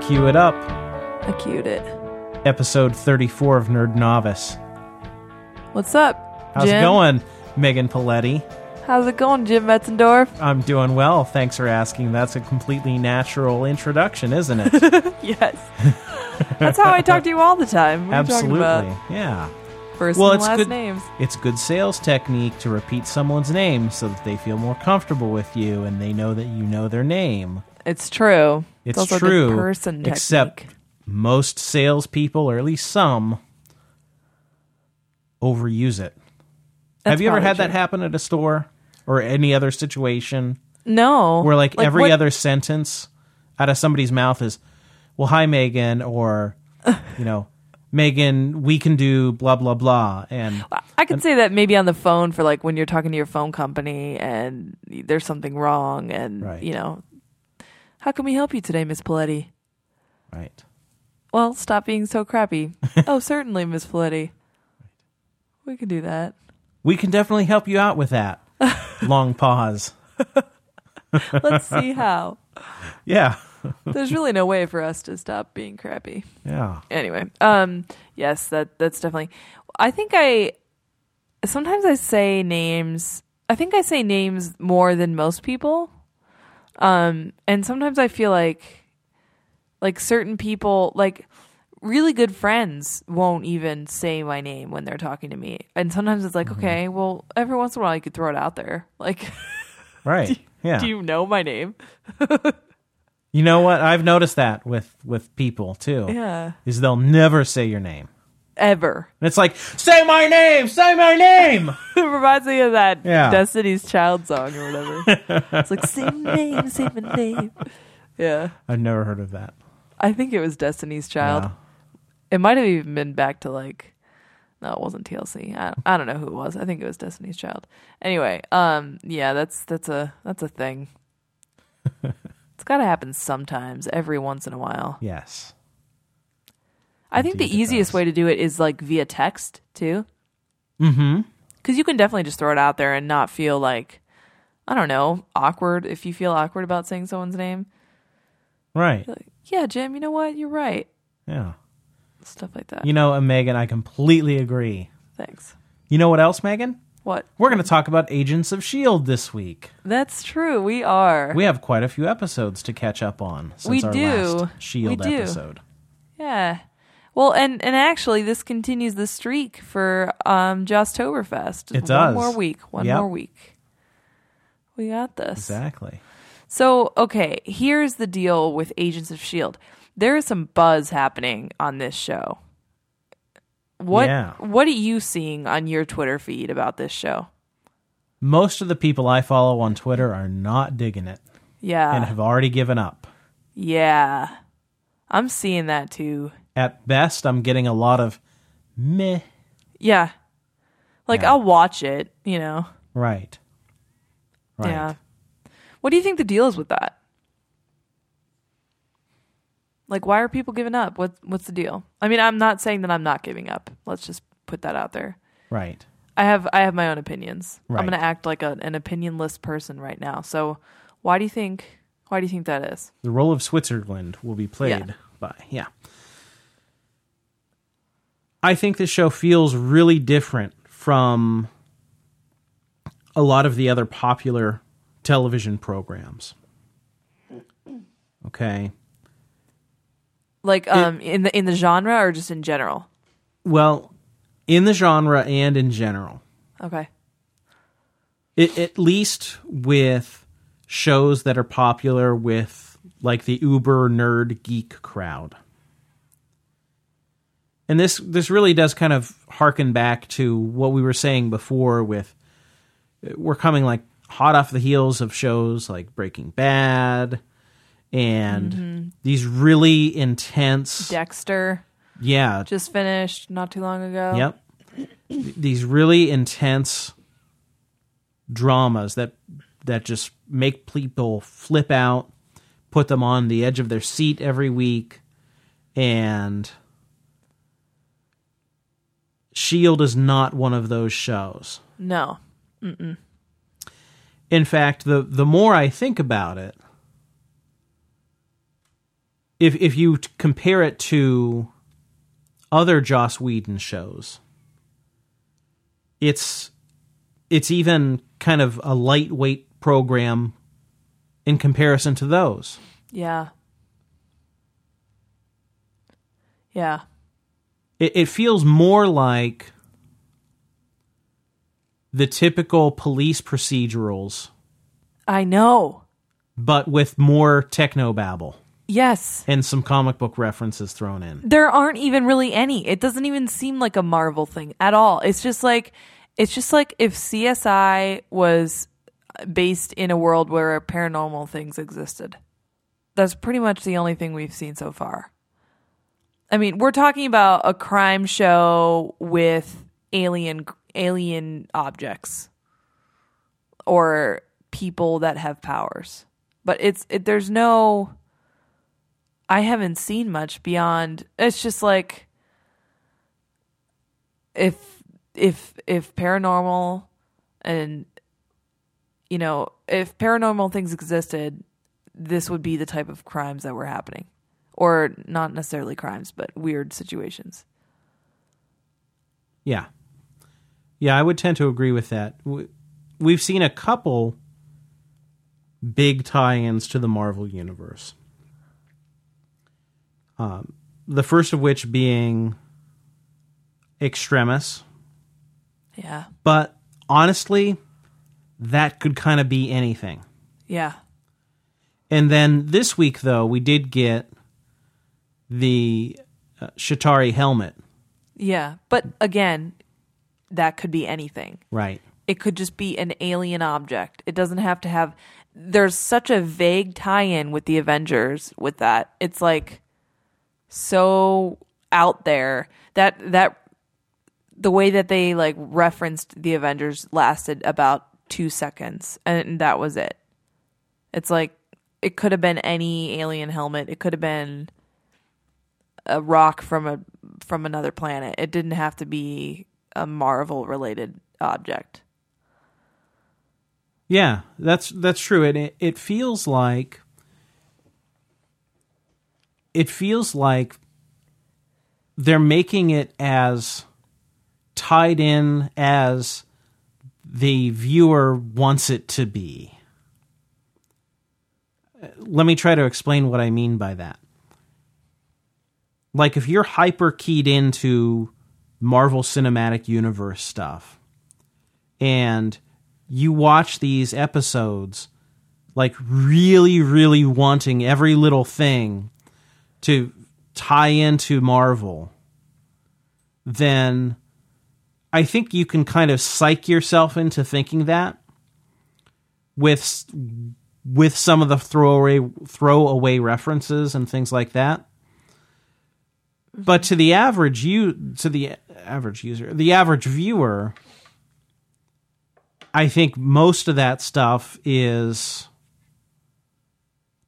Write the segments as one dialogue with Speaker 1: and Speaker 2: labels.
Speaker 1: Cue it up.
Speaker 2: I cued it.
Speaker 1: Episode 34 of Nerd Novice.
Speaker 2: What's up?
Speaker 1: How's it
Speaker 2: Jim?
Speaker 1: going, Megan Paletti?
Speaker 2: How's it going, Jim Metzendorf?
Speaker 1: I'm doing well. Thanks for asking. That's a completely natural introduction, isn't it?
Speaker 2: Yes. That's how I talk to you all the time. What are you talking
Speaker 1: Absolutely.
Speaker 2: about?
Speaker 1: Yeah.
Speaker 2: First
Speaker 1: Well,
Speaker 2: and
Speaker 1: it's
Speaker 2: last
Speaker 1: good-
Speaker 2: names.
Speaker 1: It's good sales technique to repeat someone's name so that they feel more comfortable with you and they know that you know their name.
Speaker 2: It's true.
Speaker 1: It's
Speaker 2: also
Speaker 1: true.
Speaker 2: Good person
Speaker 1: except
Speaker 2: technique.
Speaker 1: most salespeople, or at least some, overuse it.
Speaker 2: That's
Speaker 1: Have you ever
Speaker 2: probably
Speaker 1: had that
Speaker 2: true.
Speaker 1: happen at a store or any other situation
Speaker 2: No.
Speaker 1: where, like, every
Speaker 2: what-
Speaker 1: other sentence out of somebody's mouth is, "Well, hi, Megan," or, you know, "Megan, we can do blah blah blah," and
Speaker 2: I could say that maybe on the phone for like when you're talking to your phone company and there's something wrong and
Speaker 1: Right.
Speaker 2: you know, how can we help you today, Miss Paletti?
Speaker 1: right.
Speaker 2: Well, stop being so crappy. oh, certainly, Miss Paletti. We can do that.
Speaker 1: We can definitely help you out with that. Long pause.
Speaker 2: Let's see how.
Speaker 1: Yeah.
Speaker 2: There's really no way for us to stop being crappy.
Speaker 1: Yeah.
Speaker 2: Anyway, um, yes, that that's definitely. I think I sometimes I say names. I think I say names more than most people. Um, and sometimes I feel like like certain people like really good friends won't even say my name when they're talking to me. And sometimes it's like, okay, well, every once in a while you could throw it out there. Like,
Speaker 1: Right. Yeah.
Speaker 2: do you know my name?
Speaker 1: You know what? I've noticed that with with people too.
Speaker 2: Yeah.
Speaker 1: Is they'll never say your name.
Speaker 2: Ever.
Speaker 1: And it's like, "Say my name, say my name."
Speaker 2: it reminds me of that
Speaker 1: Yeah.
Speaker 2: Destiny's Child song or whatever. it's like same name, same name. Yeah,
Speaker 1: I've never heard of that. Uh,
Speaker 2: I think it was Destiny's Child.
Speaker 1: Yeah.
Speaker 2: It might have even been back to like, no, it wasn't TLC. I, I don't know who it was. I think it was Destiny's Child. Anyway, um, yeah, that's that's a that's a thing. it's got to happen sometimes, every once in a while.
Speaker 1: Yes.
Speaker 2: I think the
Speaker 1: Indeed it
Speaker 2: easiest
Speaker 1: does.
Speaker 2: way to do it is like via text too.
Speaker 1: Mm-hmm.
Speaker 2: Because you can definitely just throw it out there and not feel like, I don't know, awkward if you feel awkward about saying someone's name.
Speaker 1: Right.
Speaker 2: Like, yeah, Jim, you know what? You're right.
Speaker 1: Yeah.
Speaker 2: Stuff like that.
Speaker 1: You know, uh, Megan, I completely agree.
Speaker 2: Thanks.
Speaker 1: You know what else, Megan?
Speaker 2: What?
Speaker 1: We're going to talk about Agents of Shield E this week.
Speaker 2: That's true. We are.
Speaker 1: We have quite a few episodes to catch up on since
Speaker 2: We
Speaker 1: our
Speaker 2: do.
Speaker 1: last Shield
Speaker 2: We do.
Speaker 1: E episode.
Speaker 2: yeah. Well, and and actually, this continues the streak for um Jostoberfest. Just
Speaker 1: It
Speaker 2: one
Speaker 1: does.
Speaker 2: more week. One
Speaker 1: Yep.
Speaker 2: more week. We got this.
Speaker 1: Exactly.
Speaker 2: So, okay, here's the deal with Agents of S.H.I.E.L.D. E There is some buzz happening on this show. What
Speaker 1: Yeah.
Speaker 2: what are you seeing on your Twitter feed about this show?
Speaker 1: Most of the people I follow on Twitter are not digging it
Speaker 2: Yeah.
Speaker 1: and have already given up.
Speaker 2: yeah. I'm seeing that too.
Speaker 1: At best, I'm getting a lot of meh.
Speaker 2: Yeah. Like
Speaker 1: Yeah.
Speaker 2: I'll watch it, you know.
Speaker 1: Right. Right.
Speaker 2: Yeah. What do you think the deal is with that? Like why are people giving up? What what's the deal? I mean, I'm not saying that I'm not giving up. Let's just put that out there.
Speaker 1: Right.
Speaker 2: I have I have my own opinions.
Speaker 1: Right.
Speaker 2: I'm going to act like a, an opinionless person right now. So, why do you think why do you think that is?
Speaker 1: The role of Switzerland will be played by yeah. I think this show feels really different from a lot of the other popular television programs. Okay.
Speaker 2: Like um in the in the genre or just in general?
Speaker 1: Well, in the genre and in general.
Speaker 2: Okay.
Speaker 1: It, at least with shows that are popular with like the uber nerd geek crowd and this this really does kind of harken back to what we were saying before with we're coming like hot off the heels of shows like breaking bad and these really intense
Speaker 2: Dexter
Speaker 1: yeah
Speaker 2: just finished not too long ago.
Speaker 1: Yep. These really intense dramas that that just make people flip out, put them on the edge of their seat every week, and Shield E is not one of those shows.
Speaker 2: No.
Speaker 1: In fact, the the more I think about it, if if you t- compare it to other Joss Whedon shows, it's it's even kind of a lightweight program in comparison to those.
Speaker 2: Yeah. Yeah.
Speaker 1: It, it feels more like the typical police procedurals,
Speaker 2: I know.
Speaker 1: but with more techno babble
Speaker 2: Yes.
Speaker 1: and some comic book references thrown in.
Speaker 2: There aren't even really any. It doesn't even seem like a Marvel thing at all. It's just like it's just like if CSI was based in a world where paranormal things existed. That's pretty much the only thing we've seen so far. I mean, we're talking about a crime show with alien alien objects or people that have powers. But it's it, there's no I haven't seen much beyond it's just like if if if paranormal and you know, if paranormal things existed, this would be the type of crimes that were happening. Or not necessarily crimes, but weird situations.
Speaker 1: Yeah. Yeah, I would tend to agree with that. W- We've seen a couple big tie ins to the Marvel Universe. Um, the first of which being Extremis.
Speaker 2: Yeah.
Speaker 1: But honestly, that could kind of be anything.
Speaker 2: Yeah.
Speaker 1: And then this week, though, we did get the uh, Shatari helmet.
Speaker 2: Yeah. But again, that could be anything.
Speaker 1: Right.
Speaker 2: It could just be an alien object. It doesn't have to have. There's such a vague tie in with the Avengers with that. It's like so out there that that the way that they like referenced the Avengers lasted about two seconds, and that was it. It's like it could have been any alien helmet. It could have been a rock from a from another planet. It didn't have to be a Marvel related object.
Speaker 1: Yeah, that's that's true. And it, it feels like it feels like they're making it as tied in as the viewer wants it to be. Uh, Let me try to explain what I mean by that. Like if you're hyper keyed into Marvel Cinematic Universe stuff, and you watch these episodes like really really wanting every little thing to tie into Marvel then I think you can kind of psych yourself into thinking that with s- with some of the throwaway throwaway references and things like that but to the average you to the average user the average viewer I think most of that stuff is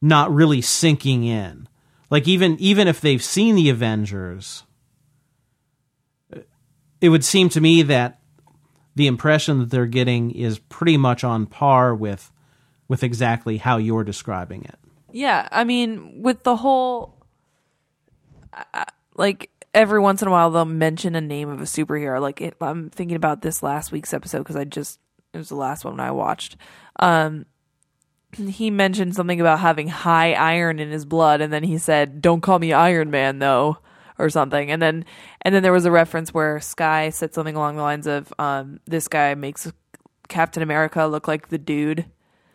Speaker 1: not really sinking in. Like even even if they've seen the Avengers, it would seem to me that the impression that they're getting is pretty much on par with with exactly how you're describing it.
Speaker 2: Yeah, I mean, with the whole, I- I- like every once in a while they'll mention a name of a superhero. Like it, I'm thinking about this last week's episode because I just it was the last one I watched. Um, he mentioned something about having high iron in his blood, and then he said, "Don't call me Iron Man, though." Or something, and then and then there was a reference where Sky said something along the lines of, um, "This guy makes Captain America look like the dude,"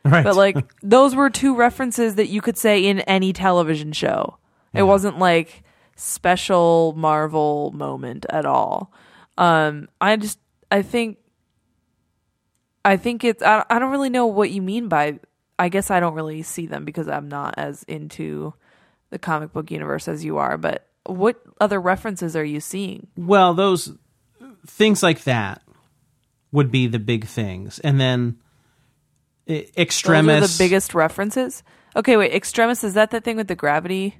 Speaker 1: Right.
Speaker 2: But like those were two references that you could say in any television show. It wasn't like special Marvel moment at all. Um I just I think I think it's I, I don't really know what you mean by I guess I don't really see them because I'm not as into the comic book universe as you are, but what other references are you seeing?
Speaker 1: Well, those things like that would be the big things. And then eh,
Speaker 2: Those
Speaker 1: extremis
Speaker 2: are the biggest references? Okay, wait, Extremis is that the thing with the gravity?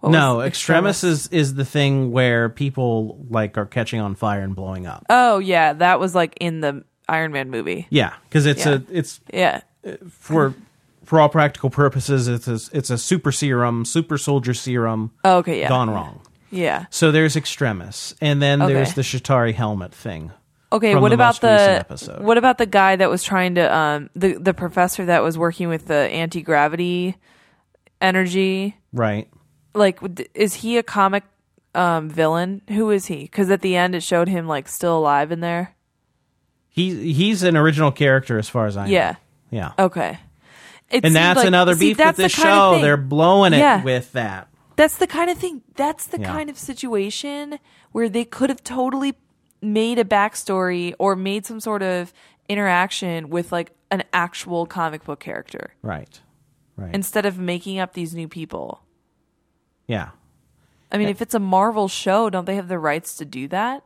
Speaker 2: What was
Speaker 1: no, extremis is, is the thing where people like are catching on fire and blowing up.
Speaker 2: Oh yeah, that was like in the Iron Man movie.
Speaker 1: Yeah, because it's
Speaker 2: Yeah.
Speaker 1: a it's
Speaker 2: Yeah.
Speaker 1: for for all practical purposes, it's a, it's a super serum, super soldier serum
Speaker 2: Oh, okay, yeah.
Speaker 1: gone wrong.
Speaker 2: Yeah.
Speaker 1: So there's Extremis, and then there's
Speaker 2: Okay.
Speaker 1: the Shatari helmet thing.
Speaker 2: Okay,
Speaker 1: from
Speaker 2: what
Speaker 1: the
Speaker 2: about
Speaker 1: most
Speaker 2: the
Speaker 1: recent episode.
Speaker 2: what about the guy that was trying to um the the professor that was working with the anti gravity energy?
Speaker 1: Right.
Speaker 2: Like, d- is he a comic um villain? Who is he? Because at the end it showed him like still alive in there.
Speaker 1: He he's an original character as far as I know.
Speaker 2: Yeah.
Speaker 1: Yeah.
Speaker 2: Okay. It
Speaker 1: and
Speaker 2: seemed
Speaker 1: that's
Speaker 2: like-
Speaker 1: another
Speaker 2: see,
Speaker 1: beef
Speaker 2: that's the
Speaker 1: with this
Speaker 2: kind of
Speaker 1: show.
Speaker 2: thing-
Speaker 1: They're blowing it
Speaker 2: Yeah.
Speaker 1: with that.
Speaker 2: That's the kind of thing. That's the
Speaker 1: Yeah.
Speaker 2: kind of situation where they could have totally made a backstory or made some sort of interaction with like an actual comic book character
Speaker 1: Right. Right.
Speaker 2: instead of making up these new people.
Speaker 1: yeah.
Speaker 2: I mean, if it's a Marvel show, don't they have the rights to do that?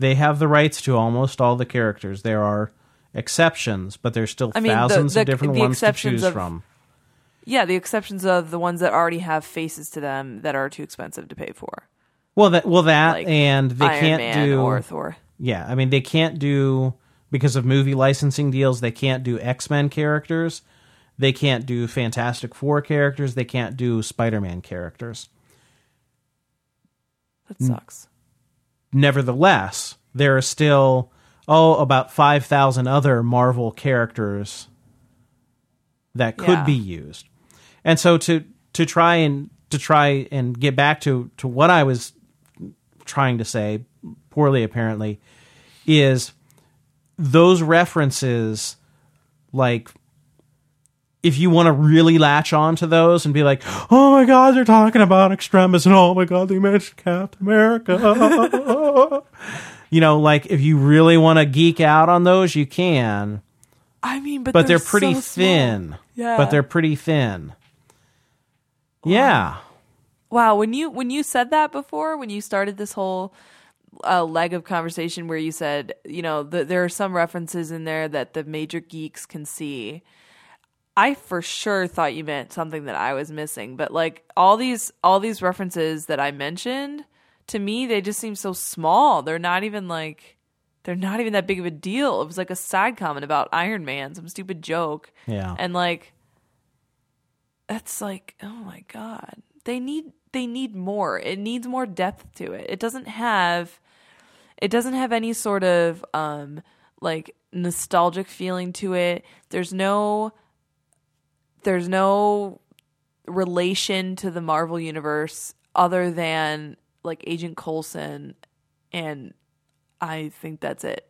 Speaker 1: They have the rights to almost all the characters. There are exceptions, but there's still
Speaker 2: I mean, the-
Speaker 1: thousands
Speaker 2: the-
Speaker 1: of different
Speaker 2: the
Speaker 1: ones to
Speaker 2: exceptions
Speaker 1: choose
Speaker 2: of-
Speaker 1: from.
Speaker 2: Yeah, the exceptions of the ones that already have faces to them that are too expensive to pay for.
Speaker 1: Well, that well that
Speaker 2: Like
Speaker 1: and they
Speaker 2: Iron
Speaker 1: can't
Speaker 2: Man
Speaker 1: do
Speaker 2: or Thor.
Speaker 1: Yeah, I mean they can't do because of movie licensing deals. They can't do X Men characters. They can't do Fantastic Four characters. They can't do Spider Man characters.
Speaker 2: That sucks.
Speaker 1: Nevertheless, there are still oh about five thousand other Marvel characters that could
Speaker 2: Yeah.
Speaker 1: be used, and so to to try and to try and get back to to what I was trying to say poorly apparently is those references like if you want to really latch on to those and be like oh my god they're talking about extremism and oh my god they mentioned captain america you know like if you really want to geek out on those you can
Speaker 2: I mean, but,
Speaker 1: but they're,
Speaker 2: so
Speaker 1: pretty
Speaker 2: small.
Speaker 1: thin
Speaker 2: Yeah.
Speaker 1: but they're pretty thin yeah
Speaker 2: Wow, when you when you said that before, when you started this whole uh, leg of conversation where you said, you know, th- there are some references in there that the major geeks can see. I for sure thought you meant something that I was missing, but like all these all these references that I mentioned, to me they just seem so small. They're not even like they're not even that big of a deal. It was like a side comment about Iron Man, some stupid joke.
Speaker 1: yeah
Speaker 2: And like that's like, oh my god. They need they need more. It needs more depth to it. It doesn't have it doesn't have any sort of um like nostalgic feeling to it. There's no there's no relation to the Marvel universe other than like Agent Coulson and I think that's it.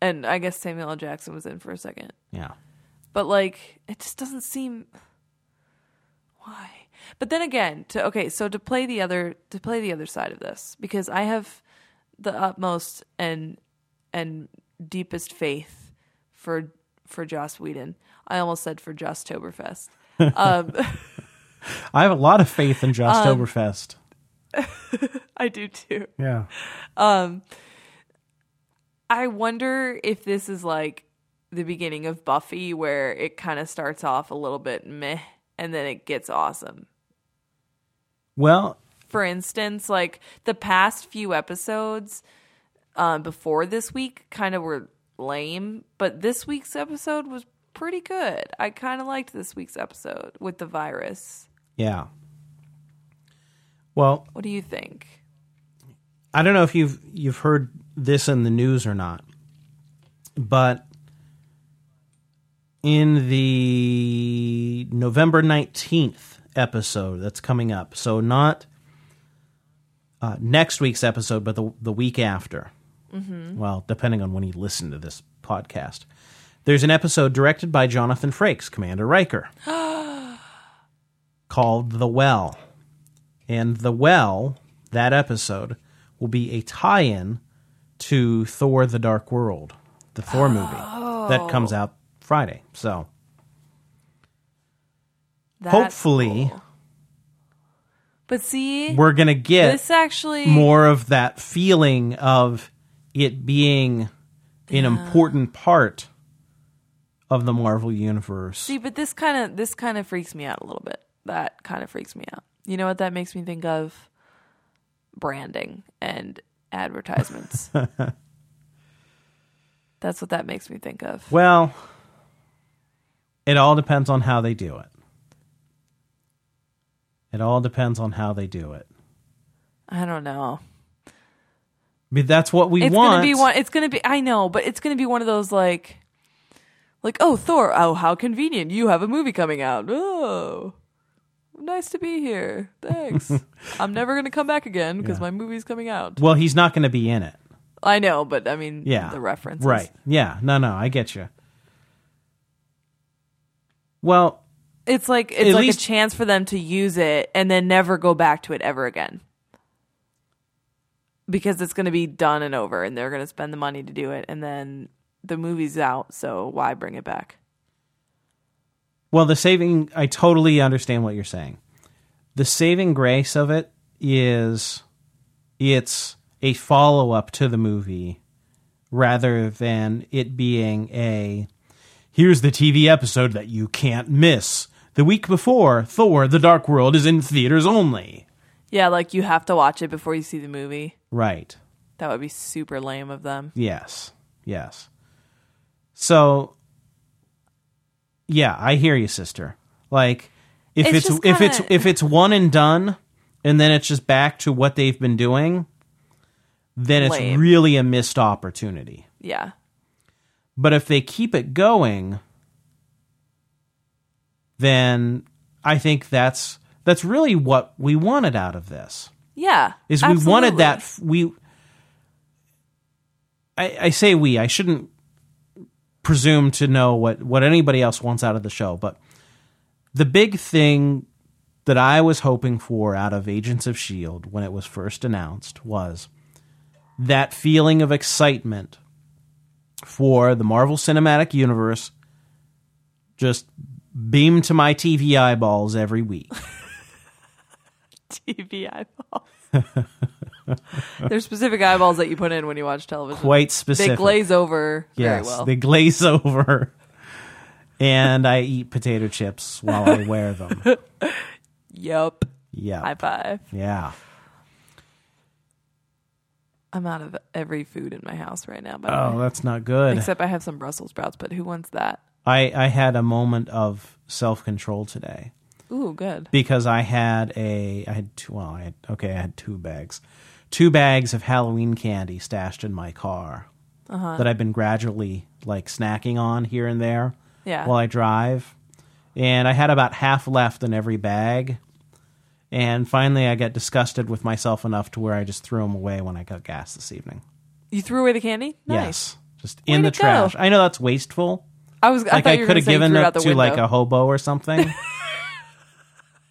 Speaker 2: And I guess Samuel L. Jackson was in for a second
Speaker 1: yeah
Speaker 2: but like it just doesn't seem why but then again to okay so to play the other to play the other side of this because i have the utmost and and deepest faith for for joss whedon i almost said for joss toberfest um
Speaker 1: i have a lot of faith in josh Toberfest.
Speaker 2: i do too
Speaker 1: yeah
Speaker 2: um i wonder if this is like the beginning of buffy where it kind of starts off a little bit meh and then it gets awesome
Speaker 1: well
Speaker 2: for instance, like the past few episodes um, before this week kind of were lame, but this week's episode was pretty good. I kind of liked this week's episode with the virus.
Speaker 1: Yeah. Well,
Speaker 2: What do you think?
Speaker 1: I don't know if you've you've heard this in the news or not, but in the November nineteenth episode that's coming up, so not uh, next week's episode, but the the week after. Well, depending on when you listen to this podcast, there's an episode directed by Jonathan Frakes, Commander Riker, called "The Well." And The Well, that episode, will be a tie in to Thor The Dark World, the Thor movie
Speaker 2: Oh.
Speaker 1: that comes out Friday. So
Speaker 2: That's
Speaker 1: hopefully
Speaker 2: cool. But see,
Speaker 1: we're going to get
Speaker 2: this actually
Speaker 1: more of that feeling of it being an important part of the Marvel Universe.
Speaker 2: See, but this kind of this kind of freaks me out a little bit. That kind of freaks me out. You know what that makes me think of? Branding and advertisements. That's what that makes me think of.
Speaker 1: Well, It all depends on how they do it. It all depends on how they do it.
Speaker 2: I don't know.
Speaker 1: I mean, that's what we
Speaker 2: it's
Speaker 1: want.
Speaker 2: gonna be one. It's gonna be. I know, but it's gonna be one of those like, like oh Thor, oh how convenient you have a movie coming out. Oh, nice to be here. Thanks. I'm never gonna come back again because
Speaker 1: Yeah.
Speaker 2: my movie's coming out.
Speaker 1: Well, he's not going to be in it.
Speaker 2: I know, but I mean,
Speaker 1: Yeah.
Speaker 2: the reference,
Speaker 1: Right. Yeah. No, no, I get you. Well,
Speaker 2: It's like it's
Speaker 1: At
Speaker 2: like
Speaker 1: least-
Speaker 2: a chance for them to use it and then never go back to it ever again. Because it's going to be done and over and they're going to spend the money to do it and then the movie's out, so why bring it back?
Speaker 1: well, the saving I totally understand what you're saying. The saving grace of it is it's a follow-up to the movie rather than it being a here's the TV episode that you can't miss. The week before, Thor: The Dark World is in theaters only.
Speaker 2: Yeah, like you have to watch it before you see the movie.
Speaker 1: Right.
Speaker 2: That would be super lame of them.
Speaker 1: Yes. Yes. So yeah, I hear you, sister. Like if
Speaker 2: It's
Speaker 1: it's,
Speaker 2: just
Speaker 1: if it's
Speaker 2: kinda-
Speaker 1: if it's one and done and then it's just back to what they've been doing, then it's
Speaker 2: Lame.
Speaker 1: really a missed opportunity.
Speaker 2: Yeah.
Speaker 1: But if they keep it going, then I think that's that's really what we wanted out of this
Speaker 2: Yeah.
Speaker 1: is we wanted that f-
Speaker 2: absolutely.
Speaker 1: we I, I say we i shouldn't presume to know what what anybody else wants out of the show but the big thing that i was hoping for out of agents of shield E when it was first announced was that feeling of excitement for the marvel cinematic universe just beamed to my tv eyeballs every week
Speaker 2: TV eyeballs. There's specific eyeballs that you put in when you watch television.
Speaker 1: quite
Speaker 2: they
Speaker 1: specific
Speaker 2: glaze over very
Speaker 1: Yes,
Speaker 2: well.
Speaker 1: they glaze over, and I eat potato chips while I wear them.
Speaker 2: yep.
Speaker 1: Yeah,
Speaker 2: High five.
Speaker 1: yeah.
Speaker 2: I'm out of every food in my house right now. By the way.
Speaker 1: Oh, that's not good.
Speaker 2: Except I have some Brussels sprouts, but who wants that?
Speaker 1: I I had a moment of self control today
Speaker 2: Ooh, good.
Speaker 1: because I had a I had two. Well, I had, okay, I had two bags, two bags of Halloween candy stashed in my car
Speaker 2: Uh-huh.
Speaker 1: that I've been gradually like snacking on here and there
Speaker 2: Yeah.
Speaker 1: while I drive, and I had about half left in every bag. And finally, I got disgusted with myself enough to where I just threw them away when I got gas this evening.
Speaker 2: you threw away the candy?
Speaker 1: Yes,
Speaker 2: Nice.
Speaker 1: just
Speaker 2: Way
Speaker 1: in the
Speaker 2: to go.
Speaker 1: trash. I know that's wasteful.
Speaker 2: I was.
Speaker 1: Like
Speaker 2: I,
Speaker 1: I,
Speaker 2: thought you were
Speaker 1: could
Speaker 2: gonna
Speaker 1: have
Speaker 2: say you
Speaker 1: given
Speaker 2: threw it
Speaker 1: them
Speaker 2: out
Speaker 1: to
Speaker 2: the window.
Speaker 1: like a hobo or something,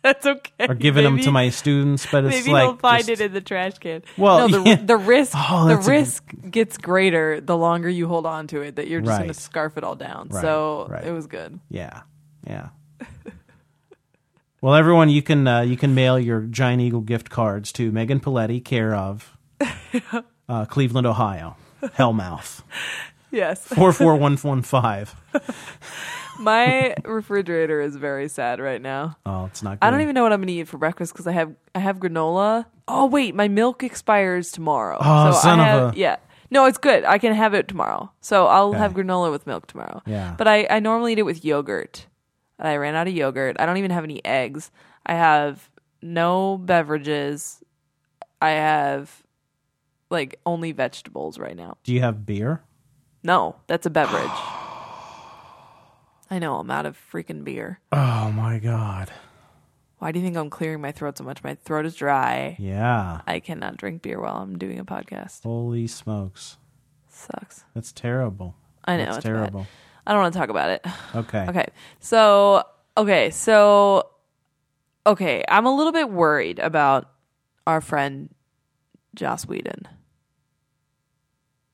Speaker 2: That's okay.
Speaker 1: or given them to
Speaker 2: Maybe-
Speaker 1: my students. But it's
Speaker 2: Maybe
Speaker 1: like
Speaker 2: he'll find
Speaker 1: just-
Speaker 2: it in the trash can.
Speaker 1: Well,
Speaker 2: no, the,
Speaker 1: yeah.
Speaker 2: the risk
Speaker 1: Oh,
Speaker 2: the
Speaker 1: that's a good-
Speaker 2: risk gets greater the longer you hold on to it. That you're just going to
Speaker 1: Right.
Speaker 2: scarf it all down.
Speaker 1: Right,
Speaker 2: so
Speaker 1: right.
Speaker 2: it was good.
Speaker 1: Yeah, yeah. well, everyone, you can uh, you can mail your giant eagle gift cards to Megan Paletti, care of uh, Cleveland, Ohio, Hellmouth
Speaker 2: Yes,
Speaker 1: four four one one five.
Speaker 2: my refrigerator is very sad right now.
Speaker 1: Oh, it's not. Good.
Speaker 2: I don't even know what I'm going to eat for breakfast because I have I have granola. Oh wait, my milk expires tomorrow.
Speaker 1: Oh, son
Speaker 2: I
Speaker 1: of
Speaker 2: have,
Speaker 1: a-
Speaker 2: yeah. No, it's good. I can have it tomorrow. So I'll have
Speaker 1: Okay.
Speaker 2: granola with milk tomorrow.
Speaker 1: Yeah.
Speaker 2: But I, I normally eat it with yogurt. And I ran out of yogurt. I don't even have any eggs. I have no beverages. I have like only vegetables right now.
Speaker 1: Do you have beer?
Speaker 2: No, that's a beverage. I know, I'm out of freaking beer.
Speaker 1: Oh my god.
Speaker 2: Why do you think I'm clearing my throat so much? My throat is dry.
Speaker 1: Yeah.
Speaker 2: I cannot drink beer while I'm doing a podcast.
Speaker 1: Holy smokes.
Speaker 2: Sucks.
Speaker 1: That's terrible.
Speaker 2: I know,
Speaker 1: That's
Speaker 2: it's bad.
Speaker 1: terrible.
Speaker 2: I don't want to talk about it.
Speaker 1: Okay.
Speaker 2: Okay. So, okay. So, okay. I'm a little bit worried about our friend Joss Whedon.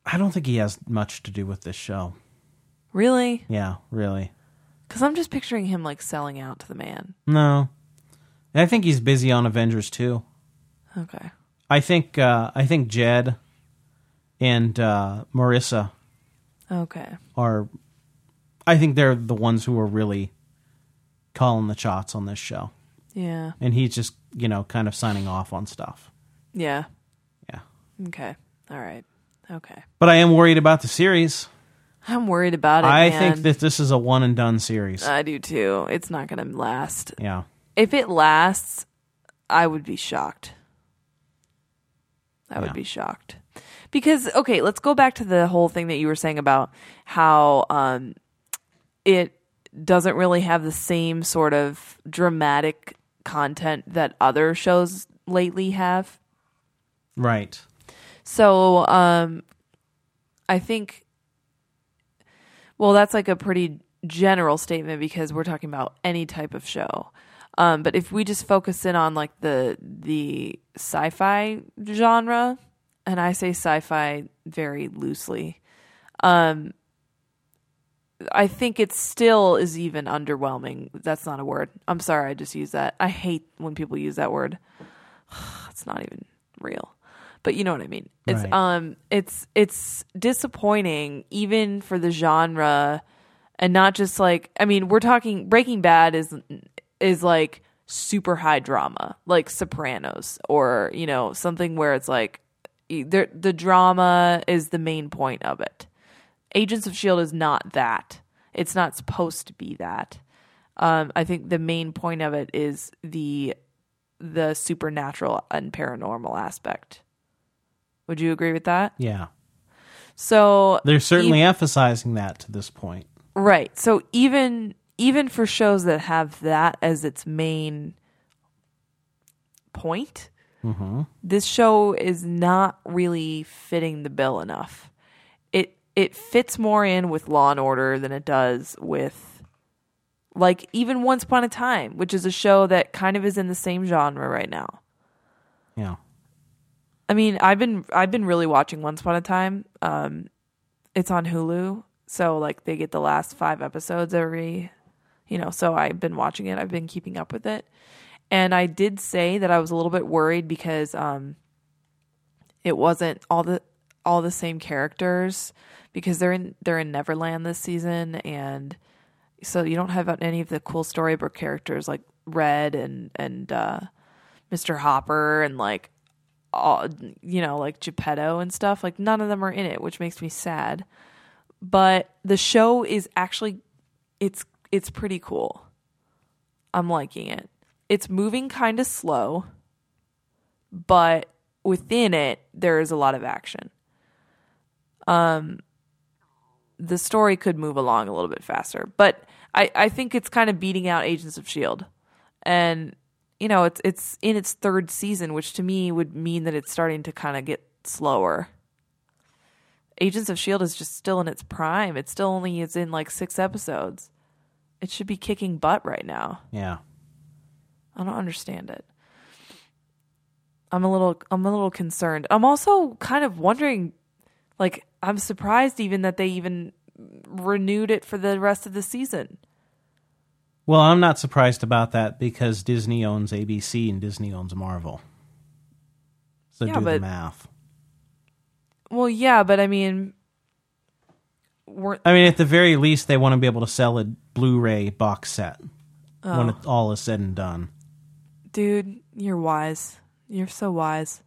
Speaker 1: I don't think he has much to do with this show.
Speaker 2: Really?
Speaker 1: Yeah, really.
Speaker 2: Because I'm just picturing him like selling out to the man.
Speaker 1: No. I think he's busy on Avengers too.
Speaker 2: Okay.
Speaker 1: I think uh, I think Jed and uh, Marissa
Speaker 2: Okay.
Speaker 1: are. I think they're the ones who are really calling the shots on this show,
Speaker 2: Yeah.
Speaker 1: and he's just you know kind of signing off on stuff.
Speaker 2: Yeah.
Speaker 1: Yeah,
Speaker 2: Okay. All right. Okay.
Speaker 1: but I am worried about the series.
Speaker 2: I'm worried about it.
Speaker 1: I
Speaker 2: man.
Speaker 1: think that this is a one and done series.
Speaker 2: I do too. It's not going to last.
Speaker 1: yeah.
Speaker 2: If it lasts, I would be shocked. I would
Speaker 1: Yeah.
Speaker 2: be shocked. Because okay, let's go back to the whole thing that you were saying about how um it doesn't really have the same sort of dramatic content that other shows lately have.
Speaker 1: Right.
Speaker 2: So, um, I think, well, that's like a pretty general statement because we're talking about any type of show. Um, but if we just focus in on like the the sci-fi genre, and I say sci-fi very loosely, um, I think it still is even underwhelming. That's not a word. I'm sorry, I just used that. I hate when people use that word. It's not even real, but you know what I mean. It's
Speaker 1: Right.
Speaker 2: um, it's it's disappointing even for the genre, and not just like I mean, we're talking Breaking Bad is is like super high drama, like Sopranos or you know something where it's like e- there the drama is the main point of it. Agents of Shield E is not that. It's not supposed to be that. Um, I think the main point of it is the the supernatural and paranormal aspect. Would you agree with that?
Speaker 1: Yeah.
Speaker 2: So
Speaker 1: They're certainly emphasizing that to this point.
Speaker 2: Right. So even even for shows that have that as its main point, this show is not really fitting the bill enough. It it fits more in with Law and Order than it does with like even Once Upon a Time, which is a show that kind of is in the same genre right now.
Speaker 1: Yeah.
Speaker 2: I mean, I've been I've been really watching Once Upon a Time. Um, it's on Hulu, so like they get the last five episodes every, you know. So I've been watching it. I've been keeping up with it, and I did say that I was a little bit worried because um, it wasn't all the all the same characters because they're in they're in Neverland this season, and so you don't have any of the cool storybook characters like Red and and uh, Mr. Hopper and like all you know like geppetto and stuff like none of them are in it which makes me sad but the show is actually it's it's pretty cool i'm liking it it's moving kind of slow but within it there is a lot of action um the story could move along a little bit faster but i i think it's kind of beating out agents of shield and you know it's it's in its third season which to me would mean that it's starting to kind of get slower agents of shield E is just still in its prime it still only is in like six episodes it should be kicking butt right now
Speaker 1: Yeah.
Speaker 2: i don't understand it i'm a little i'm a little concerned i'm also kind of wondering like i'm surprised even that they even renewed it for the rest of the season
Speaker 1: Well, I'm not surprised about that because Disney owns ABC and Disney owns Marvel. So
Speaker 2: Yeah,
Speaker 1: do the
Speaker 2: but-
Speaker 1: math.
Speaker 2: well yeah but i mean weren't
Speaker 1: I mean, at the very least, they want to be able to sell a Blu-ray box set
Speaker 2: Oh.
Speaker 1: when it all is said and done.
Speaker 2: Dude, you're wise. You're so wise.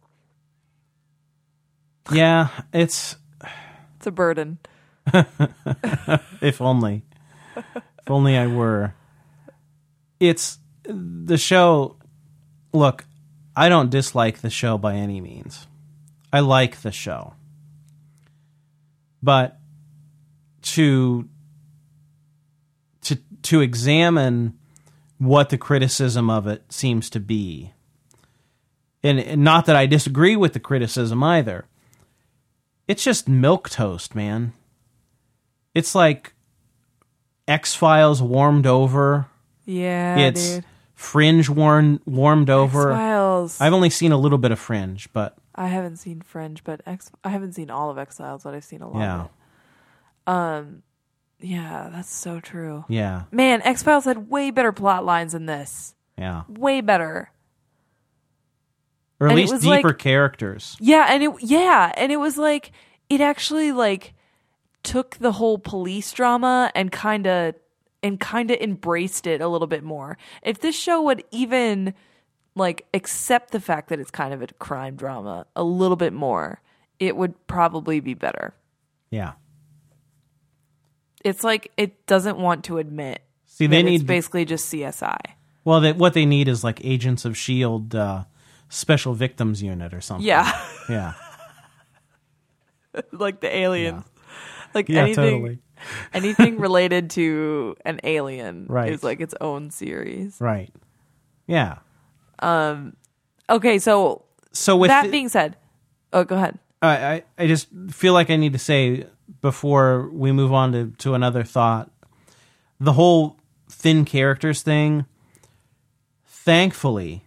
Speaker 1: Yeah, it's
Speaker 2: It's a burden.
Speaker 1: if only, if only I were. It's the show. Look, I don't dislike the show by any means. I like the show, but to to to examine what the criticism of it seems to be. And, and not that I disagree with the criticism either. It's just milk toast, man. It's like X Files warmed over.
Speaker 2: Yeah,
Speaker 1: it's
Speaker 2: dude.
Speaker 1: Fringe warm, warmed over.
Speaker 2: Exiles.
Speaker 1: I've only seen a little bit of Fringe, but
Speaker 2: I haven't seen Fringe, but Ex- I haven't seen all of Exiles, but I've seen a lot.
Speaker 1: yeah,
Speaker 2: Of it. Yeah, that's so true.
Speaker 1: yeah,
Speaker 2: Man, X Files had way better plot lines than this.
Speaker 1: yeah.
Speaker 2: Way better.
Speaker 1: Or at
Speaker 2: And it
Speaker 1: least
Speaker 2: was
Speaker 1: deeper
Speaker 2: like-
Speaker 1: characters.
Speaker 2: Yeah, and it yeah, and it was like it actually like took the whole police drama and kind of and kind of embraced it a little bit more. If this show would even like accept the fact that it's kind of a crime drama a little bit more, it would probably be better.
Speaker 1: Yeah.
Speaker 2: It's like it doesn't want to admit.
Speaker 1: See,
Speaker 2: that
Speaker 1: they
Speaker 2: it's
Speaker 1: need
Speaker 2: basically just CSI.
Speaker 1: well. That what they need is like agents of Shield, uh, special victims unit or something.
Speaker 2: Yeah,
Speaker 1: yeah,
Speaker 2: like the aliens. Like
Speaker 1: yeah,
Speaker 2: anything,
Speaker 1: totally.
Speaker 2: anything related to an alien
Speaker 1: Right.
Speaker 2: is like its own series.
Speaker 1: Right. Yeah.
Speaker 2: Okay, so
Speaker 1: So with
Speaker 2: that
Speaker 1: the-
Speaker 2: being said, oh, go ahead.
Speaker 1: I, I I just feel like I need to say before we move on to, to another thought the whole thin characters thing. Thankfully,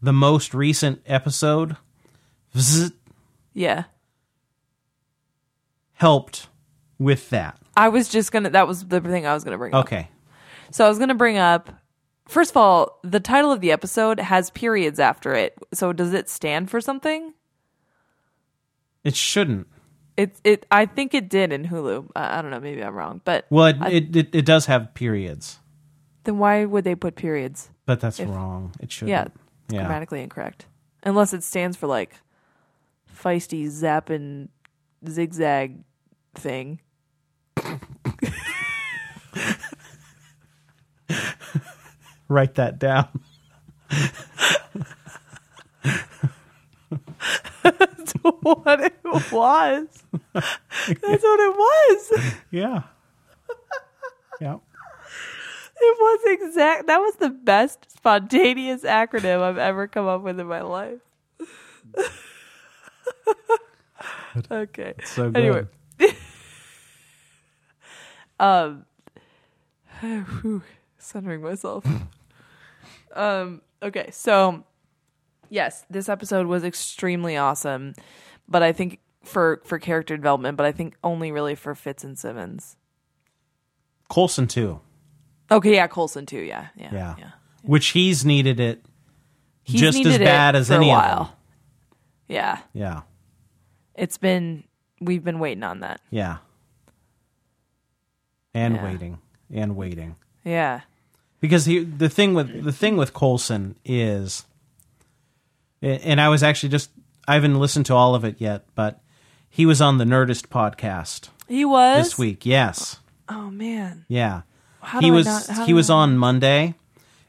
Speaker 1: the most recent episode zzz,
Speaker 2: Yeah,
Speaker 1: helped with that.
Speaker 2: I was just gonna. That was the thing I was gonna bring up.
Speaker 1: Okay. Oh.
Speaker 2: So I was going to bring up first of all, the title of the episode has periods after it. So does it stand for something?
Speaker 1: It shouldn't.
Speaker 2: It it I think it did in Hulu. I, I don't know, maybe I'm wrong. But
Speaker 1: Well, it, it, it, it does have periods,
Speaker 2: then why would they put periods?
Speaker 1: but that's wrong. It shouldn't.
Speaker 2: Yeah, it's
Speaker 1: Yeah.
Speaker 2: grammatically incorrect. Unless it stands for like feisty zapping zigzag thing.
Speaker 1: Write that down.
Speaker 2: That's what it was. That's what it was.
Speaker 1: Yeah. yeah.
Speaker 2: It was exact. That was the best spontaneous acronym I've ever come up with in my life. okay.
Speaker 1: So good.
Speaker 2: Anyway. Um. whew, centering myself. um. Okay. So, yes, this episode was extremely awesome, but I think for for character development, but I think only really for Fitz and Simmons.
Speaker 1: Colson, too.
Speaker 2: Okay. Yeah. Colson too. Yeah. Yeah.
Speaker 1: Yeah.
Speaker 2: yeah.
Speaker 1: Which he's needed it
Speaker 2: He's
Speaker 1: just as
Speaker 2: needed it
Speaker 1: bad as
Speaker 2: for
Speaker 1: any
Speaker 2: a
Speaker 1: of
Speaker 2: while.
Speaker 1: them.
Speaker 2: Yeah,
Speaker 1: Yeah.
Speaker 2: it's been we've been waiting on that.
Speaker 1: Yeah. And
Speaker 2: Yeah.
Speaker 1: waiting. And waiting.
Speaker 2: Yeah,
Speaker 1: Because he, the thing with the thing with Colson is and I was actually just I haven't listened to all of it yet, but he was on the Nerdist podcast
Speaker 2: he was
Speaker 1: this week. Yes.
Speaker 2: Oh man,
Speaker 1: Yeah.
Speaker 2: How
Speaker 1: he
Speaker 2: do I
Speaker 1: was
Speaker 2: not- how
Speaker 1: he
Speaker 2: do
Speaker 1: was
Speaker 2: I-
Speaker 1: on Monday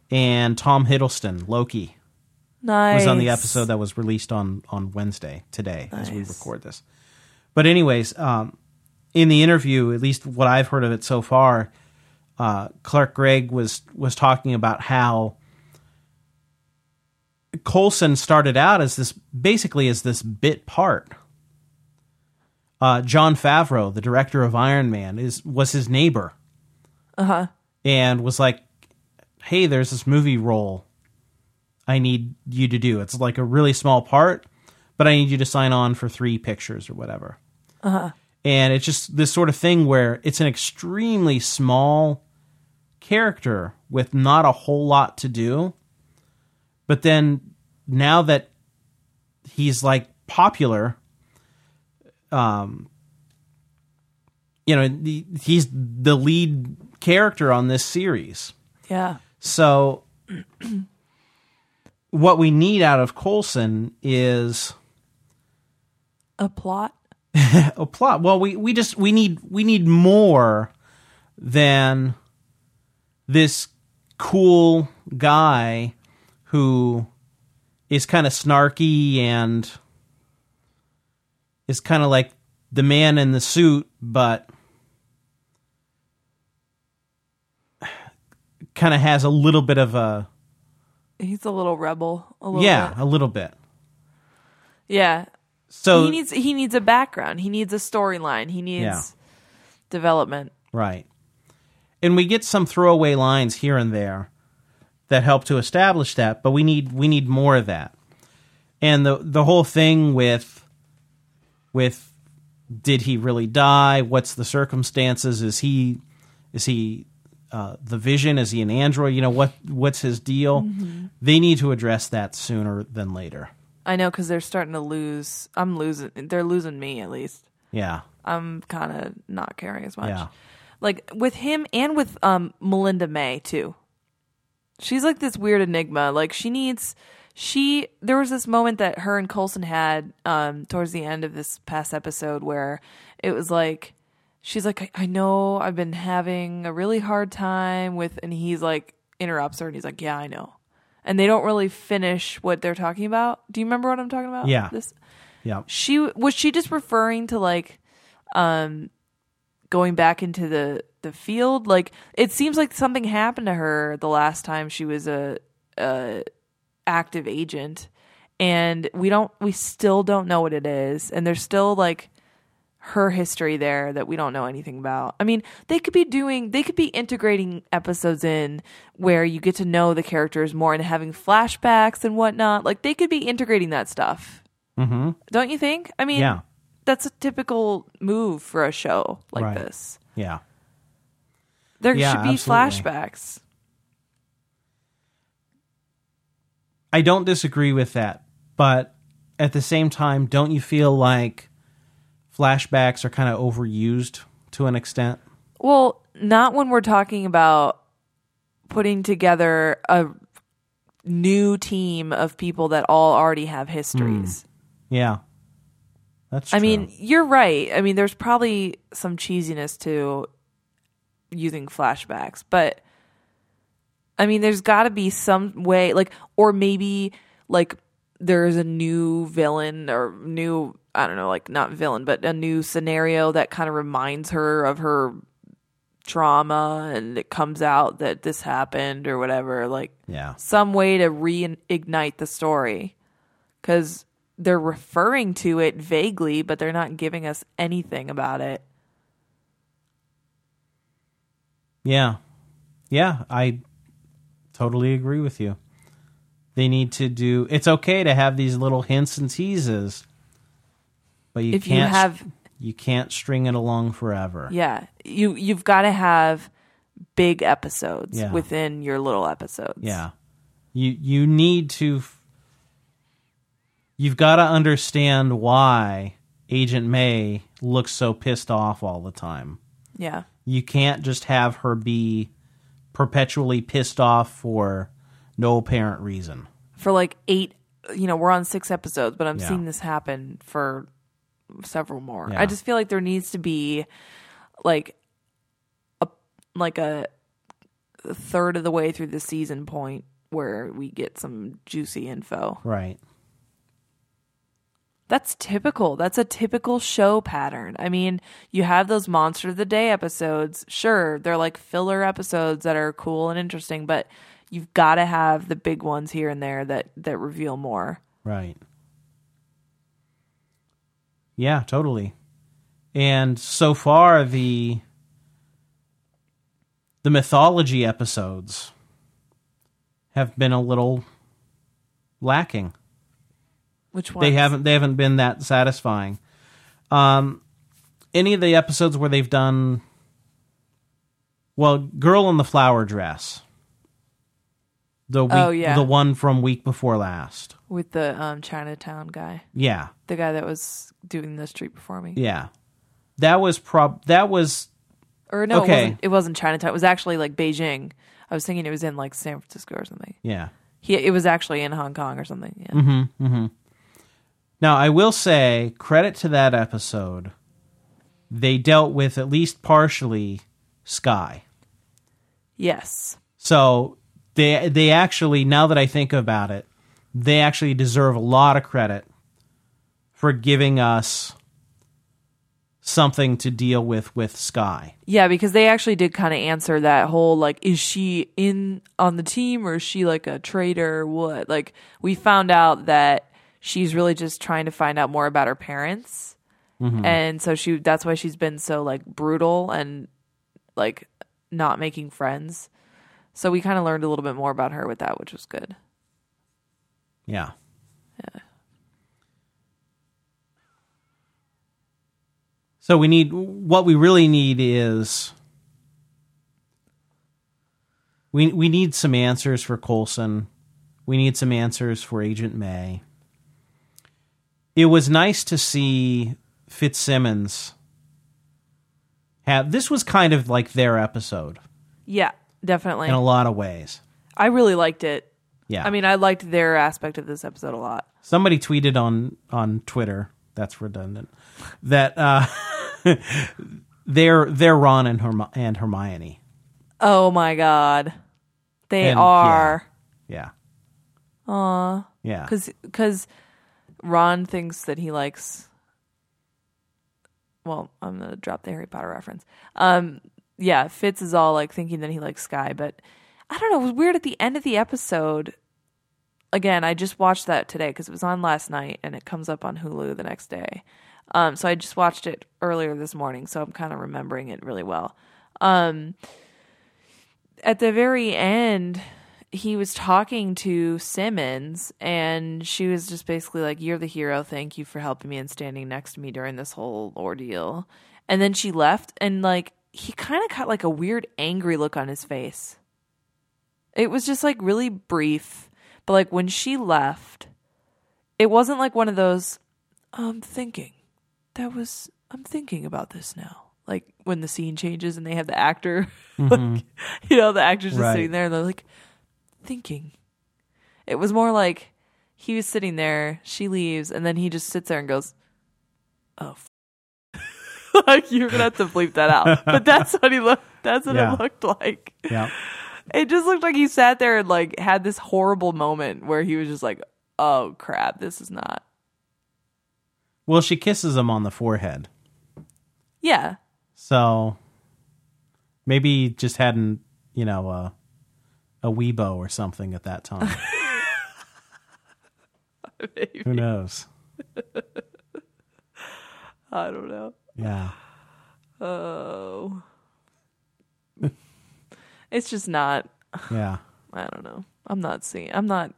Speaker 1: and Tom Hiddleston, Loki,
Speaker 2: nice.
Speaker 1: was on the episode that was released on on Wednesday today as we
Speaker 2: Nice.
Speaker 1: record this. But anyways, um, in the interview, at least what I've heard of it so far, uh, Clark Gregg was was talking about how Colson started out as this basically as this bit part. Uh, John Favreau, the director of Iron Man, is was his neighbor, uh-huh. and was like, "Hey, there's this movie role I need you to do. It's like a really small part, but I need you to sign on for three pictures or whatever. And it's just this sort of thing where it's an extremely small character with not a whole lot to do. But then now that he's like popular, um, you know, the- he's the lead character on this series.
Speaker 2: Yeah,
Speaker 1: So, what we need out of Colson is
Speaker 2: a plot.
Speaker 1: a plot. Well, we, we just we need we need more than this cool guy who is kind of snarky and is kind of like the man in the suit, but kind of has a little bit of a
Speaker 2: He's a little rebel. A little
Speaker 1: yeah,
Speaker 2: bit.
Speaker 1: a little bit.
Speaker 2: yeah.
Speaker 1: So
Speaker 2: he needs he needs a background. He needs a storyline. He needs
Speaker 1: Yeah.
Speaker 2: development.
Speaker 1: right, and we get some throwaway lines here and there that help to establish that, but we need we need more of that. And the the whole thing with with did he really die? What's the circumstances? Is he is he uh, the Vision? Is he an android? You know what what's his deal? They need to address that sooner than later.
Speaker 2: I know because they're starting to lose. I'm losing. They're losing me at least.
Speaker 1: Yeah,
Speaker 2: I'm kind of not caring as much.
Speaker 1: Yeah.
Speaker 2: Like with him and with um Melinda May too. She's like this weird enigma. Like she needs she there was this moment that her and Colson had um towards the end of this past episode where it was like she's like, I, I know I've been having a really hard time with, and he's like, interrupts her and he's like, Yeah, I know. And they don't really finish what they're talking about. Do you remember what I'm talking about?
Speaker 1: Yeah.
Speaker 2: This
Speaker 1: Yeah.
Speaker 2: she was she just referring to like um going back into the the field like it seems like something happened to her the last time she was a, a active agent and we don't we still don't know what it is and there's still like her history there that we don't know anything about. I mean, they could be doing they could be integrating episodes in where you get to know the characters more and having flashbacks and whatnot. Like they could be integrating that stuff
Speaker 1: Mm-hmm.
Speaker 2: don't you think? I mean,
Speaker 1: Yeah.
Speaker 2: that's a typical move for a show like
Speaker 1: Right.
Speaker 2: this.
Speaker 1: Yeah.
Speaker 2: There
Speaker 1: Yeah,
Speaker 2: should be
Speaker 1: absolutely.
Speaker 2: flashbacks.
Speaker 1: I don't disagree with that, but at the same time, don't you feel like flashbacks are kind of overused to an extent?
Speaker 2: Well, not when we're talking about putting together a new team of people that all already have histories.
Speaker 1: Yeah. That's true.
Speaker 2: I mean, you're right. I mean, there's probably some cheesiness to using flashbacks, but I mean, there's got to be some way, like, or maybe like there's a new villain or new, I don't know, like not villain, but a new scenario that kind of reminds her of her trauma and it comes out that this happened or whatever. Like,
Speaker 1: yeah.
Speaker 2: some way to reignite the story because they're referring to it vaguely, but they're not giving us anything about it.
Speaker 1: Yeah. Yeah, I totally agree with you. They need to do it's okay to have these little hints and teases. But you
Speaker 2: if you
Speaker 1: can't
Speaker 2: have,
Speaker 1: you can't string it along forever.
Speaker 2: yeah, you you've got to have big episodes
Speaker 1: Yeah.
Speaker 2: within your little episodes.
Speaker 1: Yeah. You you need to f- you've got to understand why Agent May looks so pissed off all the time.
Speaker 2: yeah,
Speaker 1: You can't just have her be perpetually pissed off for no apparent reason.
Speaker 2: for like eight. You know, we're on six episodes, but I'm
Speaker 1: Yeah.
Speaker 2: seeing this happen for several more.
Speaker 1: Yeah.
Speaker 2: I just feel like there needs to be like a like a third of the way through the season point where we get some juicy info.
Speaker 1: Right.
Speaker 2: That's typical. That's a typical show pattern. I mean, you have those monster of the day episodes. Sure, they're like filler episodes that are cool and interesting, but you've got to have the big ones here and there that that reveal more.
Speaker 1: Right. Yeah, totally. And so far the the mythology episodes have been a little lacking.
Speaker 2: Which ones?
Speaker 1: They haven't they haven't been that satisfying. Um any of the episodes where they've done well, Girl in the Flower Dress. The week,
Speaker 2: Oh, yeah.
Speaker 1: the one from week before last.
Speaker 2: with the um, Chinatown guy,
Speaker 1: Yeah.
Speaker 2: the guy that was doing the street performing.
Speaker 1: Yeah. That was prob that was
Speaker 2: Or no,
Speaker 1: Okay.
Speaker 2: it, wasn't, it wasn't Chinatown. It was actually like Beijing. I was thinking it was in like San Francisco or something.
Speaker 1: yeah.
Speaker 2: He, it was actually in Hong Kong or something. Yeah.
Speaker 1: Mm-hmm. Now I will say credit to that episode. They dealt with at least partially Sky.
Speaker 2: Yes.
Speaker 1: So they they actually now that I think about it, they actually deserve a lot of credit for giving us something to deal with with Sky.
Speaker 2: Yeah, because they actually did kind of answer that whole like, is she in on the team or is she like a traitor? What? Like, we found out that she's really just trying to find out more about her parents,
Speaker 1: Mm-hmm.
Speaker 2: and so she that's why she's been so like brutal and like not making friends. So we kind of learned a little bit more about her with that, which was good.
Speaker 1: Yeah. So we need what we really need is we we need some answers for Colson. We need some answers for Agent May. It was nice to see Fitzsimmons have this was kind of like their episode
Speaker 2: Yeah, definitely.
Speaker 1: in a lot of ways.
Speaker 2: I really liked it.
Speaker 1: Yeah.
Speaker 2: I mean, I liked their aspect of this episode a lot.
Speaker 1: somebody tweeted on on Twitter that's redundant that uh, They're they're Ron and Herm- and Hermione.
Speaker 2: Oh my god, they
Speaker 1: And-
Speaker 2: are
Speaker 1: Yeah. Aw. Yeah.
Speaker 2: because because Ron thinks that he likes. Well, I'm gonna drop the Harry Potter reference. Um, yeah, Fitz is all like thinking that he likes Sky, but I don't know. It was weird at the end of the episode. Again, I just watched that today because it was on last night and it comes up on Hulu the next day. Um, so I just watched it earlier this morning, so I'm kind of remembering it really well. Um, at the very end, he was talking to Simmons, and she was just basically like, You're the hero. Thank you for helping me and standing next to me during this whole ordeal. And then she left, and like, he kind of got like a weird, angry look on his face. It was just like really brief, but like when she left, it wasn't like one of those, I'm thinking. That was, I'm thinking about this now. Like when the scene changes and they have the actor like, you know, the actor's just
Speaker 1: Mm-hmm. Right.
Speaker 2: sitting there and they're like thinking. It was more like he was sitting there, she leaves, and then he just sits there and goes, "Oh, f-. like you're gonna have to bleep that out." But that's what he looked. That's what
Speaker 1: Yeah.
Speaker 2: it looked like.
Speaker 1: yeah.
Speaker 2: It just looked like he sat there and like had this horrible moment where he was just like, "Oh crap, this is not."
Speaker 1: Well, she kisses him on the forehead.
Speaker 2: Yeah,
Speaker 1: So maybe he just hadn't, you know, uh, a Weibo or something at that time. Who knows?
Speaker 2: I don't know.
Speaker 1: Yeah.
Speaker 2: Oh, it's just not.
Speaker 1: Yeah.
Speaker 2: I don't know. I'm not seeing. I'm not.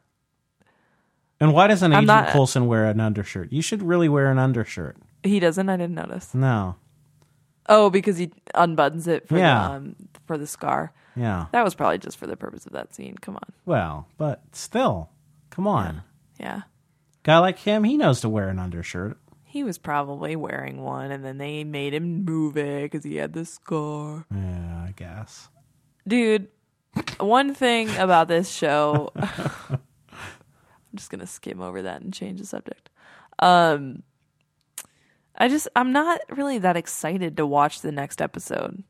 Speaker 1: And why doesn't
Speaker 2: I'm
Speaker 1: Agent
Speaker 2: not-
Speaker 1: Coulson wear an undershirt? You should really wear an undershirt.
Speaker 2: He doesn't. I didn't notice.
Speaker 1: No.
Speaker 2: Oh, because he unbuttons it for
Speaker 1: Yeah.
Speaker 2: the um, for the scar.
Speaker 1: Yeah.
Speaker 2: That was probably just for the purpose of that scene. Come on.
Speaker 1: Well, but still, come on.
Speaker 2: Yeah.
Speaker 1: Guy like him, he knows to wear an undershirt.
Speaker 2: He was probably wearing one and then they made him move it because he had the scar.
Speaker 1: Yeah, I guess.
Speaker 2: Dude, one thing about this show I'm just gonna skim over that and change the subject. Um I just I'm not really that excited to watch the next episode.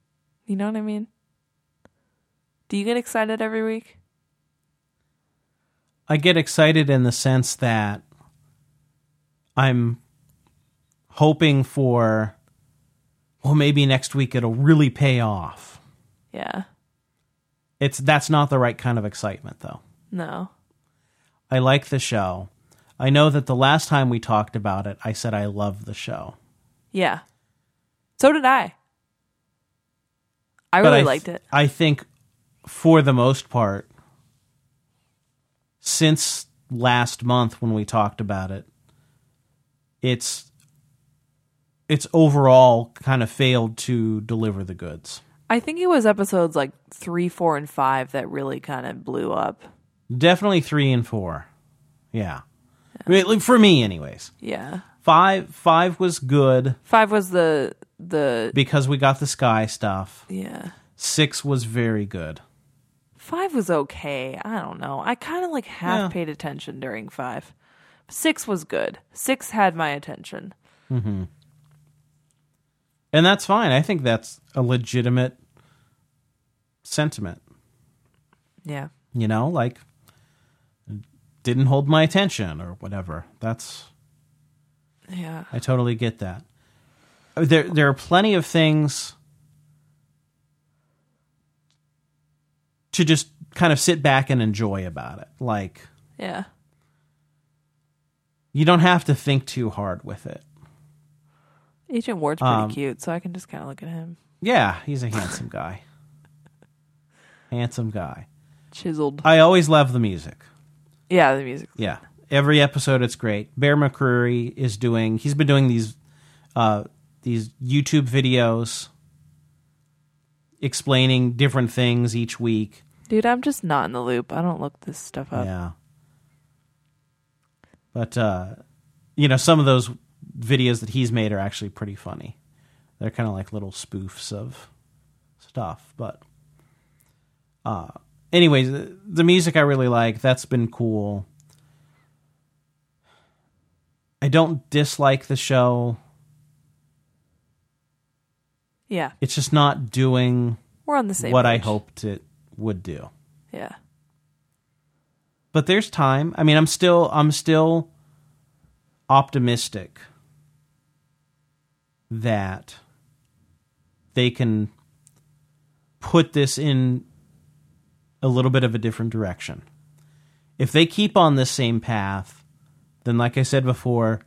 Speaker 2: You know what I mean? Do you get excited every week?
Speaker 1: I get excited in the sense that I'm hoping for, well, maybe next week it'll really pay off.
Speaker 2: Yeah.
Speaker 1: It's that's not the right kind of excitement, though.
Speaker 2: No.
Speaker 1: I like the show. I know that the last time we talked about it, I said I love the show.
Speaker 2: Yeah. So did I. I
Speaker 1: But
Speaker 2: really
Speaker 1: th-
Speaker 2: liked it.
Speaker 1: I think, for the most part, since last month when we talked about it, it's it's overall kind of failed to deliver the goods.
Speaker 2: I think it was episodes like three, four, and five that really kind of blew up.
Speaker 1: Definitely three and four, yeah. I mean, like, for me, anyways,
Speaker 2: Yeah.
Speaker 1: five five was good
Speaker 2: Five was the the
Speaker 1: because we got the sky stuff.
Speaker 2: yeah.
Speaker 1: Six was very good.
Speaker 2: Five was okay. I don't know. I kind of like half
Speaker 1: Yeah.
Speaker 2: paid attention during five. Six was good. Six had my attention.
Speaker 1: And that's fine. I think that's a legitimate sentiment.
Speaker 2: Yeah.
Speaker 1: You know, like didn't hold my attention or whatever. That's
Speaker 2: Yeah.
Speaker 1: I totally get that. There there are plenty of things to just kind of sit back and enjoy about it. Like
Speaker 2: Yeah.
Speaker 1: you don't have to think too hard with it.
Speaker 2: Agent Ward's pretty
Speaker 1: Um,
Speaker 2: cute, so I can just kind of look at him.
Speaker 1: Yeah, he's a handsome guy. handsome guy.
Speaker 2: Chiseled.
Speaker 1: I always love the music.
Speaker 2: Yeah, the music.
Speaker 1: Yeah. Every episode it's great. Bear McCreary is doing he's been doing these uh these YouTube videos explaining different things each week.
Speaker 2: Dude, I'm just not in the loop. I don't look this stuff up.
Speaker 1: yeah. But uh you know, some of those videos that he's made are actually pretty funny. They're kind of like little spoofs of stuff, but uh anyways, the, the music I really like, that's been cool. I don't dislike the show.
Speaker 2: Yeah.
Speaker 1: It's just not doing
Speaker 2: We're on the same
Speaker 1: what I
Speaker 2: page.
Speaker 1: hoped it would do.
Speaker 2: Yeah.
Speaker 1: But there's time. I mean, I'm still I'm still optimistic that they can put this in a little bit of a different direction. If they keep on this same path, then like I said before,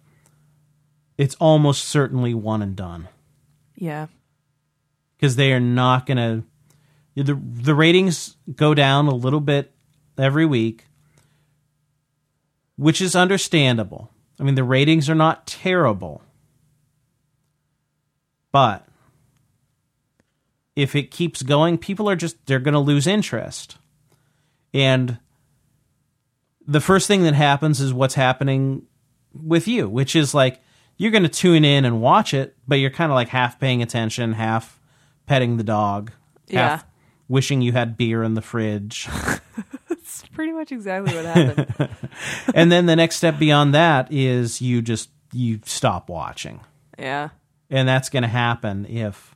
Speaker 1: it's almost certainly one and done
Speaker 2: Yeah.
Speaker 1: because they are not going to the the ratings go down a little bit every week, which is understandable. I mean, the ratings are not terrible, but if it keeps going, people are just they're going to lose interest, and the first thing that happens is what's happening with you, which is like you're going to tune in and watch it, but you're kind of like half paying attention, half petting the dog,
Speaker 2: Yeah.
Speaker 1: half wishing you had beer in the fridge.
Speaker 2: It's pretty much exactly what happened.
Speaker 1: and then the next step beyond that is you just you stop watching.
Speaker 2: yeah.
Speaker 1: And that's going to happen if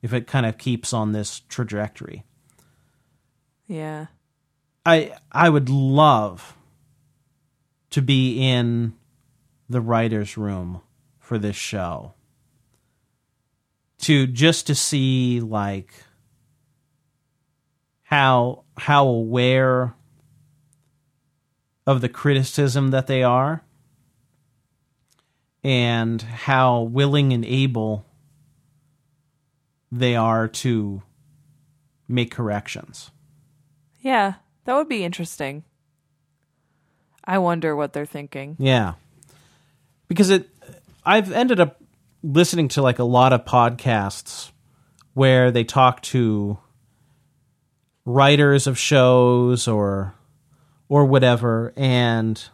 Speaker 1: if it kind of keeps on this trajectory.
Speaker 2: Yeah.
Speaker 1: I I would love to be in the writers room for this show to just to see like how how aware of the criticism that they are and how willing and able they are to make corrections.
Speaker 2: Yeah. That would be interesting. I wonder what they're thinking.
Speaker 1: Yeah. Because it I've ended up listening to like a lot of podcasts where they talk to writers of shows or or whatever and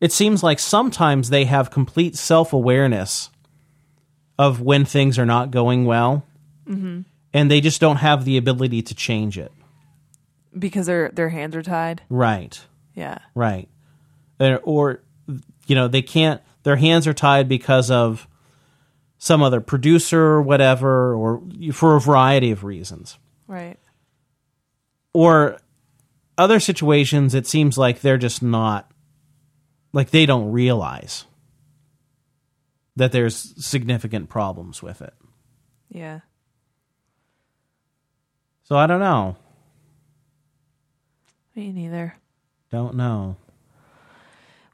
Speaker 1: it seems like sometimes they have complete self-awareness of when things are not going well and they just don't have the ability to change it
Speaker 2: Because their their hands are tied.
Speaker 1: right
Speaker 2: Yeah.
Speaker 1: Right. Or, or you know, they can't their hands are tied because of some other producer or whatever or for a variety of reasons.
Speaker 2: Right.
Speaker 1: Or other situations it seems like they're just not like they don't realize that there's significant problems with it.
Speaker 2: Yeah.
Speaker 1: So I don't know.
Speaker 2: Me neither.
Speaker 1: Don't know.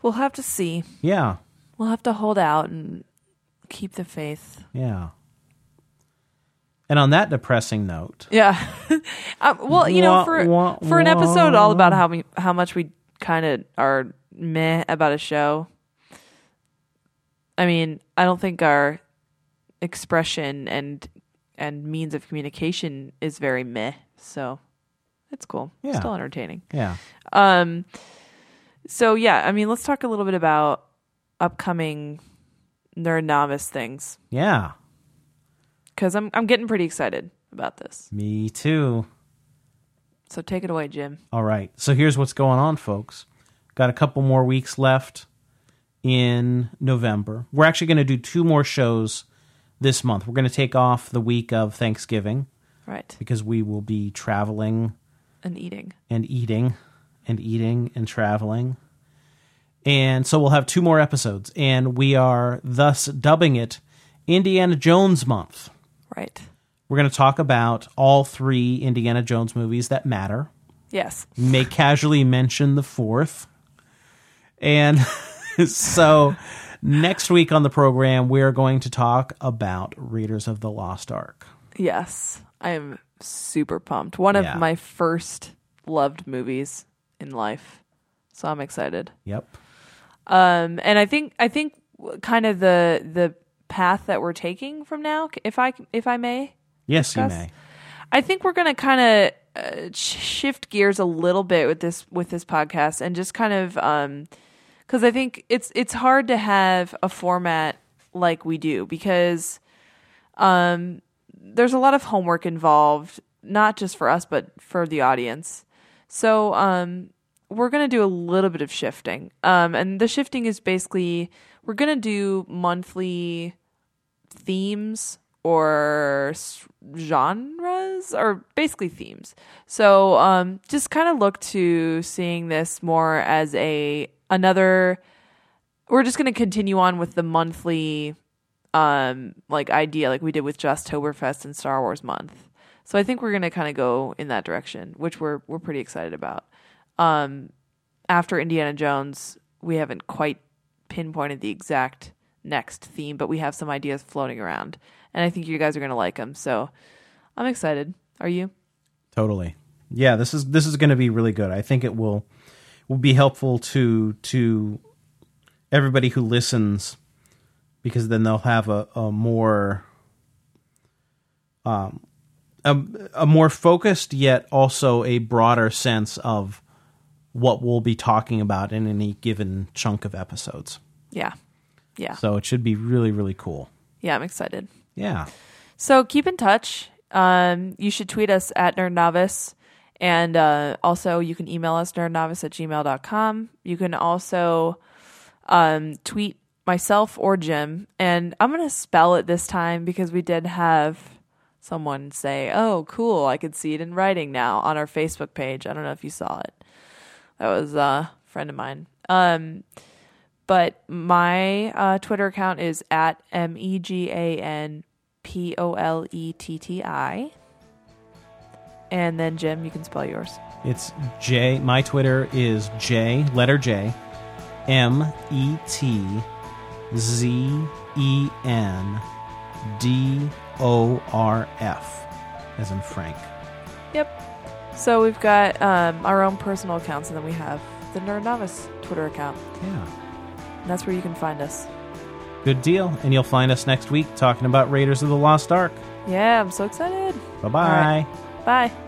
Speaker 2: We'll have to see.
Speaker 1: Yeah.
Speaker 2: We'll have to hold out and keep the faith.
Speaker 1: Yeah. And on that depressing note,
Speaker 2: Yeah. um, well, you know,
Speaker 1: Wah,
Speaker 2: for
Speaker 1: wah,
Speaker 2: for an
Speaker 1: wah.
Speaker 2: episode all about how we, how much we kind of are meh about a show. I mean, I don't think our expression and and means of communication is very meh. So it's cool.
Speaker 1: Yeah.
Speaker 2: Still entertaining.
Speaker 1: yeah.
Speaker 2: Um. So yeah, I mean, let's talk a little bit about upcoming nerd novice things
Speaker 1: Yeah.
Speaker 2: because I'm I'm getting pretty excited about this.
Speaker 1: Me too.
Speaker 2: So take it away, Jim.
Speaker 1: All right. So here's what's going on, folks. Got a couple more weeks left in November. We're actually going to do two more shows this month. We're going to take off the week of Thanksgiving
Speaker 2: Right.
Speaker 1: because we will be traveling
Speaker 2: And eating.
Speaker 1: and eating and eating and traveling. And so we'll have two more episodes, and we are thus dubbing it Indiana Jones Month.
Speaker 2: Right.
Speaker 1: We're going to talk about all three Indiana Jones movies that matter.
Speaker 2: Yes.
Speaker 1: may casually mention the fourth. And so next week on the program, we're going to talk about Raiders of the Lost Ark.
Speaker 2: Yes. I am super pumped. One
Speaker 1: Yeah.
Speaker 2: of my first loved movies in life. So I'm excited.
Speaker 1: Yep.
Speaker 2: Um and I think I think w- kind of the the path that we're taking from now if I if I may
Speaker 1: Yes, you
Speaker 2: Discuss.
Speaker 1: may.
Speaker 2: I think we're gonna kind of uh, sh- shift gears a little bit with this with this podcast and just kind of because I think it's it's hard to have a format like we do because um, there's a lot of homework involved, not just for us but for the audience. So um, we're gonna do a little bit of shifting, um, and the shifting is basically we're gonna do monthly themes or s- genres or basically themes. So um, just kind of look to seeing this more as a another. We're just going to continue on with the monthly um like idea like we did with Justoberfest and Star Wars month. So I think we're going to kind of go in that direction, which we're we're pretty excited about. Um after Indiana Jones, we haven't quite pinpointed the exact next theme, but we have some ideas floating around. And I think you guys are going to like them. So I'm excited. Are you?
Speaker 1: Totally. Yeah, this is this is going to be really good. I think it will will be helpful to to everybody who listens because then they'll have a, a more um a, a more focused yet also a broader sense of what we'll be talking about in any given chunk of episodes.
Speaker 2: Yeah. Yeah.
Speaker 1: So it should be really really cool.
Speaker 2: Yeah, I'm excited.
Speaker 1: Yeah.
Speaker 2: So keep in touch. Um, you should tweet us at Nerd Novice. And uh, also, you can email us nerdnovice at gmail.com. You can also um, tweet myself or Jim. And I'm going to spell it this time because we did have someone say, oh, cool, I could see it in writing now on our Facebook page. I don't know if you saw it. That was uh, a friend of mine. Um, but my uh, Twitter account is at M E G A N P O L E T T I. And then, Jim, you can spell yours.
Speaker 1: It's J. My Twitter is J, letter J, M E T Z E N D O R F, as in Frank.
Speaker 2: Yep. So we've got um, our own personal accounts, and then we have the Nerd Novice Twitter account.
Speaker 1: Yeah.
Speaker 2: And that's where you can find us.
Speaker 1: Good deal. And you'll find us next week talking about Raiders of the Lost Ark.
Speaker 2: Yeah, I'm so excited.
Speaker 1: Bye bye.
Speaker 2: right. Bye.